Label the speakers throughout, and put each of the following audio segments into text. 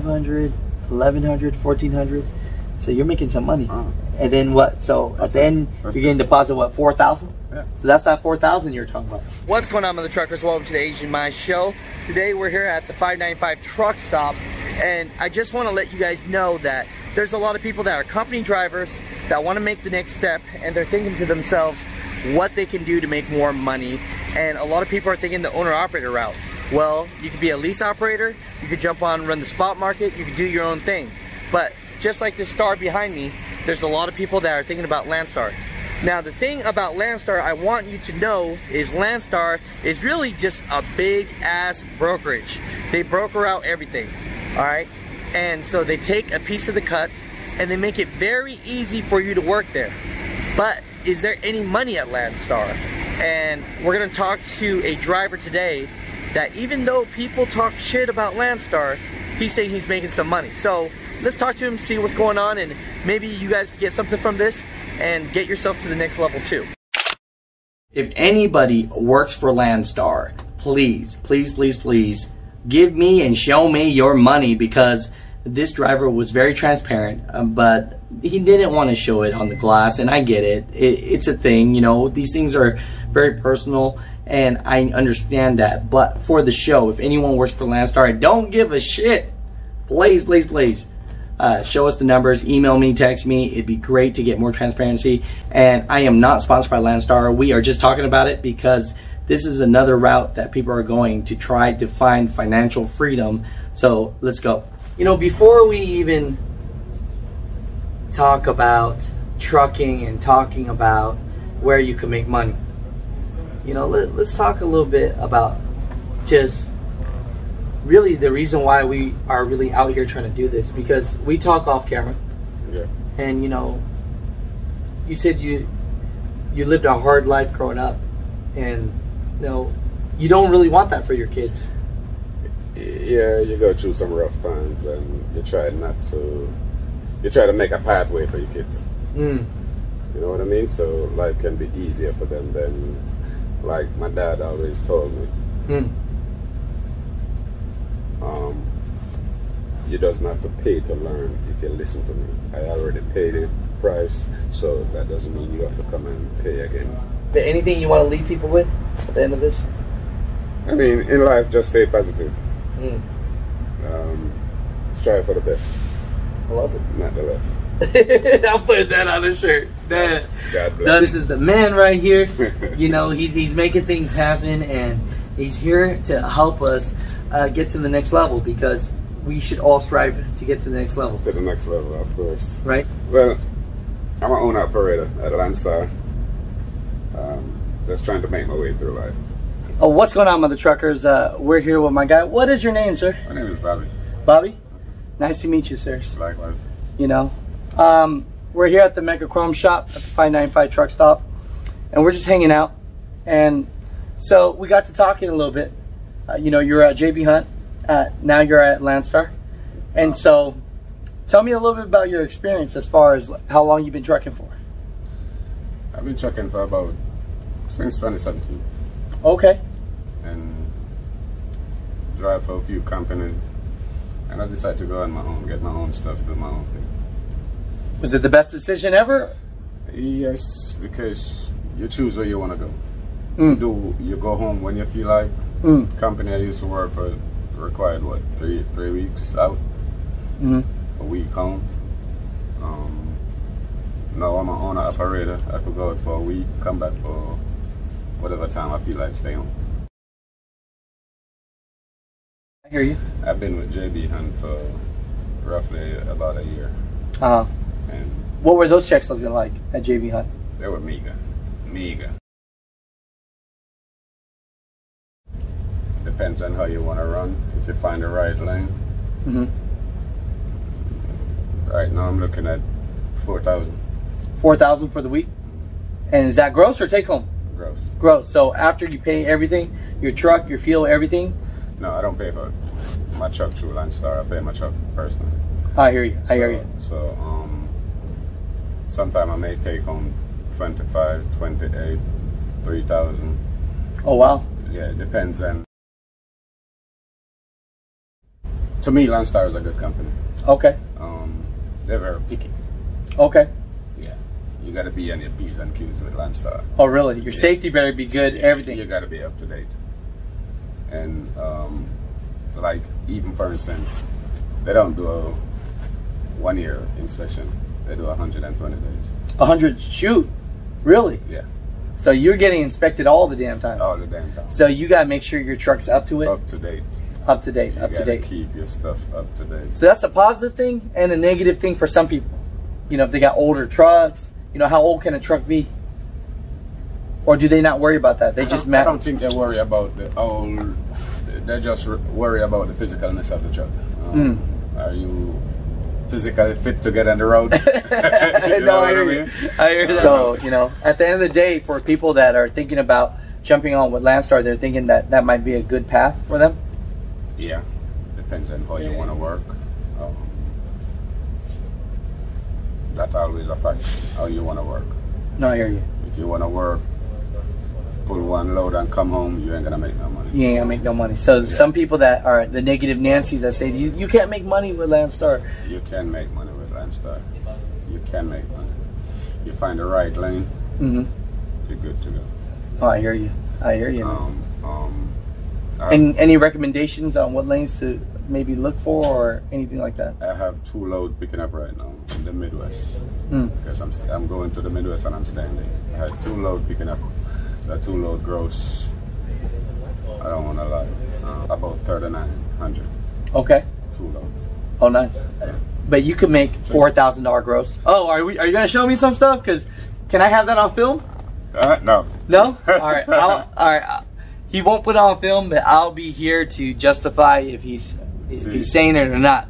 Speaker 1: 500 1100 1400 so you're making some money and then what so at
Speaker 2: That's
Speaker 1: the end
Speaker 2: nice. That's
Speaker 1: you're getting
Speaker 2: nice.
Speaker 1: deposit what 4000
Speaker 2: Yeah.
Speaker 1: so that's not 4000 you're talking about what's going on with the truckers welcome to the asian my show today we're here at the 595 truck stop and i just want to let you guys know that there's a lot of people that are company drivers that want to make the next step and they're thinking to themselves what they can do to make more money and a lot of people are thinking the owner operator route well you could be a lease operator you could jump on and run the spot market you could do your own thing but just like this star behind me, there's a lot of people that are thinking about Landstar. Now, the thing about Landstar I want you to know is Landstar is really just a big ass brokerage. They broker out everything, all right? And so they take a piece of the cut and they make it very easy for you to work there. But is there any money at Landstar? And we're gonna talk to a driver today that even though people talk shit about Landstar, he's saying he's making some money. So let's talk to him, see what's going on, and maybe you guys can get something from this and get yourself to the next level too. If anybody works for Landstar, please, please, please, please give me and show me your money because this driver was very transparent, uh, but he didn't want to show it on the glass, and I get it. it. It's a thing, you know, these things are very personal, and I understand that. But for the show, if anyone works for Landstar, I don't give a shit. Please, please, please uh, show us the numbers, email me, text me. It'd be great to get more transparency. And I am not sponsored by Landstar. We are just talking about it because this is another route that people are going to try to find financial freedom. So let's go. You know, before we even talk about trucking and talking about where you can make money, you know, let, let's talk a little bit about just really the reason why we are really out here trying to do this because we talk off camera
Speaker 2: Yeah.
Speaker 1: and you know you said you you lived a hard life growing up and you know you don't really want that for your kids
Speaker 2: Yeah, you go through some rough times and you try not to. You try to make a pathway for your kids.
Speaker 1: mm.
Speaker 2: You know what I mean? So life can be easier for them than, like my dad always told me,
Speaker 1: Mm.
Speaker 2: um, you doesn't have to pay to learn. You can listen to me. I already paid the price, so that doesn't mean you have to come and pay again.
Speaker 1: Is there anything you want to leave people with at the end of this
Speaker 2: I mean, in life, just stay positive.
Speaker 1: mm.
Speaker 2: Um, strive for the best,
Speaker 1: i love
Speaker 2: not the less.
Speaker 1: it i'll put that on a shirt That-
Speaker 2: God
Speaker 1: No,
Speaker 2: bless.
Speaker 1: this is the man right here. You know, he's he's making things happen, and he's here to help us uh, get to the next level because we should all strive to get to the next level,
Speaker 2: to the next level, of course.
Speaker 1: right?
Speaker 2: Well, I'm an owner operator at Landstar. Um, just trying to make my way through life.
Speaker 1: Oh, what's going on, mother truckers? Uh, we're here with my guy. What is your name, sir?
Speaker 2: My name is Bobby.
Speaker 1: Bobby. Nice to meet you, sir.
Speaker 2: Likewise.
Speaker 1: you know. Um, we're here at the Mega Chrome shop at the 595 truck stop, and we're just hanging out. And so we got to talking a little bit. Uh, you know, you're at JB Hunt, uh, now you're at Landstar. And so tell me a little bit about your experience as far as how long you've been trucking for.
Speaker 2: I've been trucking for about since 2017
Speaker 1: Okay.
Speaker 2: and drive for a few companies. And I decided to go on my own, get my own stuff, do my own thing.
Speaker 1: Was it the best decision ever?
Speaker 2: Yes, because you choose where you want to go.
Speaker 1: Mm.
Speaker 2: You do you go home when you feel like?
Speaker 1: Mm.
Speaker 2: Company I used to work for required what three three weeks out.
Speaker 1: Mm.
Speaker 2: a week home. Um, no, I'm an owner operator. I could go out for a week, come back for whatever time I feel like staying. home.
Speaker 1: I hear you.
Speaker 2: I've been with JB Hunt for roughly about a year,
Speaker 1: Uh,
Speaker 2: and
Speaker 1: what were those checks looking like at JB Hunt?
Speaker 2: they were meager, meager. Depends on how you want to run. If you find the right lane.
Speaker 1: Mhm.
Speaker 3: Mm-hmm.
Speaker 2: Right now, I'm looking at four thousand
Speaker 1: 4000 for the week? And is that gross or take home?
Speaker 2: gross.
Speaker 1: gross. So after you pay everything, your truck, your fuel, everything,
Speaker 2: No, I don't pay for my truck through Landstar. I pay my truck personally.
Speaker 1: I hear you. I hear
Speaker 2: So-
Speaker 1: you.
Speaker 2: So, um, sometime I may take home 25, 28, 3,000.
Speaker 1: Oh wow.
Speaker 2: Yeah, it depends on To me, Lone Star is a good company.
Speaker 3: Okay.
Speaker 2: Um, they're very picky.
Speaker 3: Okay.
Speaker 2: Yeah. You got to be on your P's and Q's with Lone Star.
Speaker 3: Oh, really? Your safety better be good. Everything.
Speaker 2: You got to be up to date. And um, like even for instance, they don't do a one year inspection. They do 120 days.
Speaker 3: 100. Shoot. Really?
Speaker 2: Yeah.
Speaker 3: So you're getting inspected all the damn time.
Speaker 2: All Oh, the damn time.
Speaker 3: So you got to make sure your truck's up to it,
Speaker 2: Up to date.
Speaker 3: up to date,
Speaker 2: You
Speaker 3: up to
Speaker 2: gotta
Speaker 3: date.
Speaker 2: Keep your stuff up to date.
Speaker 3: So that's a positive thing and a negative thing for some people. You know, if they got older trucks, you know, how old can a truck be? Or do they not worry about that? They
Speaker 2: I don't-
Speaker 3: just
Speaker 2: I don't
Speaker 3: map.
Speaker 2: think they worry about the old. They just r- worry about the physicalness of the truck.
Speaker 3: Mm.
Speaker 2: Um, Are you physically fit to get on the road? You know
Speaker 3: no, I
Speaker 2: what
Speaker 3: hear
Speaker 2: mean?
Speaker 3: you. I hear you. So, you know, at the end of the day, for people that are thinking about jumping on with Landstar, they're thinking that that might be a good path for them.
Speaker 2: Yeah, depends on how you
Speaker 3: Yeah.
Speaker 2: want to work. Um, that always affects how you want to work.
Speaker 3: No, I hear you.
Speaker 2: If you want to work, pull one load and come home, you ain't gonna make no money.
Speaker 3: You ain't gonna make no money. So, some people that are the negative Nancy's that say, you, you can't make money with Landstar.
Speaker 2: You can make money with Landstar. You can make money. You find the right lane,
Speaker 3: Mm-hmm.
Speaker 2: you're good to go.
Speaker 3: Oh, I hear you. I hear you.
Speaker 2: Um, um, I-
Speaker 3: And any recommendations on what lanes to maybe look for or anything like that?
Speaker 2: I have two load picking up right now in the Midwest
Speaker 3: Mm.
Speaker 2: because I'm, st- I'm going to the Midwest and I'm standing. I had two load picking up, the two load gross. I don't want to lie, uh, about 3,900,
Speaker 3: Okay.
Speaker 2: two load.
Speaker 3: Oh, nice.
Speaker 2: Yeah.
Speaker 3: But you could make four thousand dollar gross. Oh, are we? Are you gonna show me some stuff? Cause can I have that on film?
Speaker 2: Uh, no,
Speaker 3: No. All right. I'll, all right. I- He won't put it on film, but I'll be here to justify if he's if
Speaker 2: See.
Speaker 3: he's saying it or not.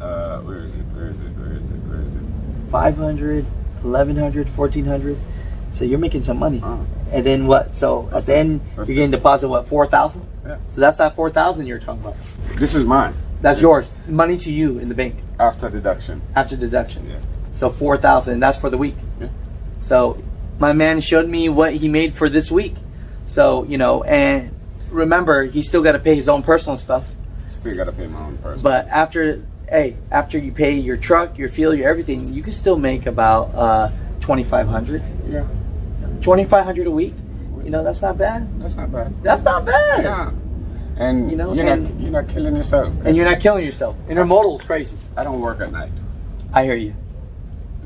Speaker 2: uh, where is it? Where is it? Where is it? Where is it?
Speaker 3: 500 1100 1400 so you're making some money
Speaker 2: Oh.
Speaker 3: and then what so
Speaker 2: What's
Speaker 3: at the
Speaker 2: this?
Speaker 3: end
Speaker 2: What's
Speaker 3: you're getting
Speaker 2: this?
Speaker 3: deposit what 4000
Speaker 2: Yeah.
Speaker 3: so that's not 4000 you're talking about
Speaker 2: This is mine
Speaker 3: That's yours. Money to you in the bank
Speaker 2: after deduction.
Speaker 3: after deduction.
Speaker 2: Yeah.
Speaker 3: So four thousand. That's for the week.
Speaker 2: Yeah.
Speaker 3: So my man showed me what he made for this week. So you know, and remember, he still got to pay his own personal stuff.
Speaker 2: Still gotta pay my own person.
Speaker 3: But after, hey, after you pay your truck, your fuel, your everything, you can still make about uh, twenty five hundred.
Speaker 2: yeah,
Speaker 3: Twenty five hundred a week. You know, that's not bad.
Speaker 2: that's not bad.
Speaker 3: That's not bad.
Speaker 2: Yeah. And
Speaker 3: You
Speaker 2: you
Speaker 3: know,
Speaker 2: know, you're,
Speaker 3: and-
Speaker 2: not, you're not killing yourself.
Speaker 3: And you're not killing yourself. Intermodal is crazy.
Speaker 2: I don't work at night.
Speaker 3: I hear you.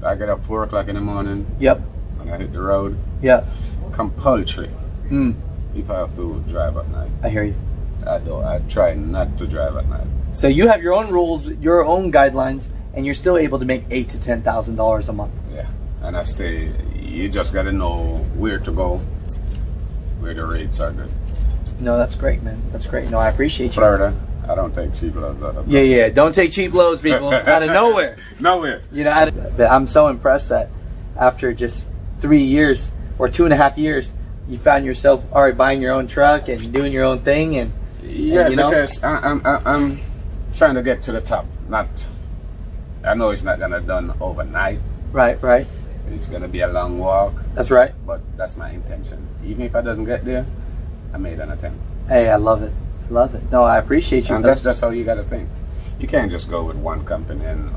Speaker 2: I get up four o'clock in the morning
Speaker 3: Yep.
Speaker 2: and I hit the road.
Speaker 3: Yep.
Speaker 2: Compulsory.
Speaker 3: Mm,
Speaker 2: If I have to drive at night,
Speaker 3: I hear you.
Speaker 2: I do. I try not to drive at night.
Speaker 3: So you have your own rules, your own guidelines, and you're still able to make eight to ten thousand dollars a month.
Speaker 2: Yeah, and I stay. You just gotta know where to go, where the rates are good.
Speaker 3: No, that's great, man. That's great. No, I appreciate you.
Speaker 2: Florida, I don't take cheap loads out of
Speaker 3: Yeah, yeah. Don't take cheap loads, people, out of nowhere.
Speaker 2: nowhere.
Speaker 3: You know, out of, but I'm so impressed that after just three years or two and a half years, you found yourself all right buying your own truck and doing your own thing. And
Speaker 2: Yeah,
Speaker 3: And you know-
Speaker 2: because I, I'm I, I'm trying to get to the top. Not, I know it's not gonna done overnight.
Speaker 3: right, right.
Speaker 2: It's gonna be a long walk,
Speaker 3: That's right.
Speaker 2: but that's my intention. Even if I doesn't get there, I made an attempt.
Speaker 3: Hey, I love it. I love it. No, I appreciate you.
Speaker 2: And that's just how you gotta think. You can't just go with one company and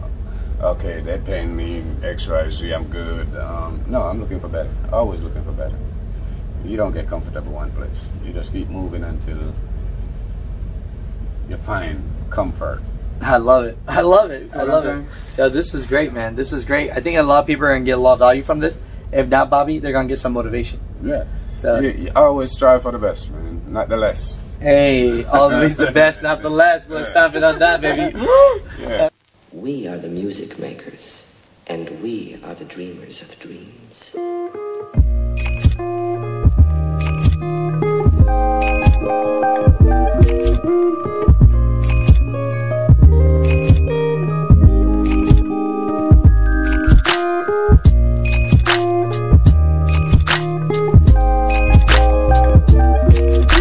Speaker 2: okay, they're paying me X, Y, Z. I'm good. Um, no, I'm looking for better. Always looking for better. You don't get comfortable one place. You just keep moving until you find comfort.
Speaker 3: I love it. I love
Speaker 2: You
Speaker 3: it.
Speaker 2: see
Speaker 3: I
Speaker 2: what
Speaker 3: love
Speaker 2: I'm
Speaker 3: it. Yeah, this is great, man. This is great. I think a lot of people are gonna get a lot of value from this. If not, Bobby, they're gonna get some motivation.
Speaker 2: Yeah.
Speaker 3: So
Speaker 2: you, you always strive for the best, man. Not the less.
Speaker 3: hey, always the best, not the last. Let's stop it on that, baby.
Speaker 2: Yeah.
Speaker 4: We are the music makers, and we are the dreamers of dreams.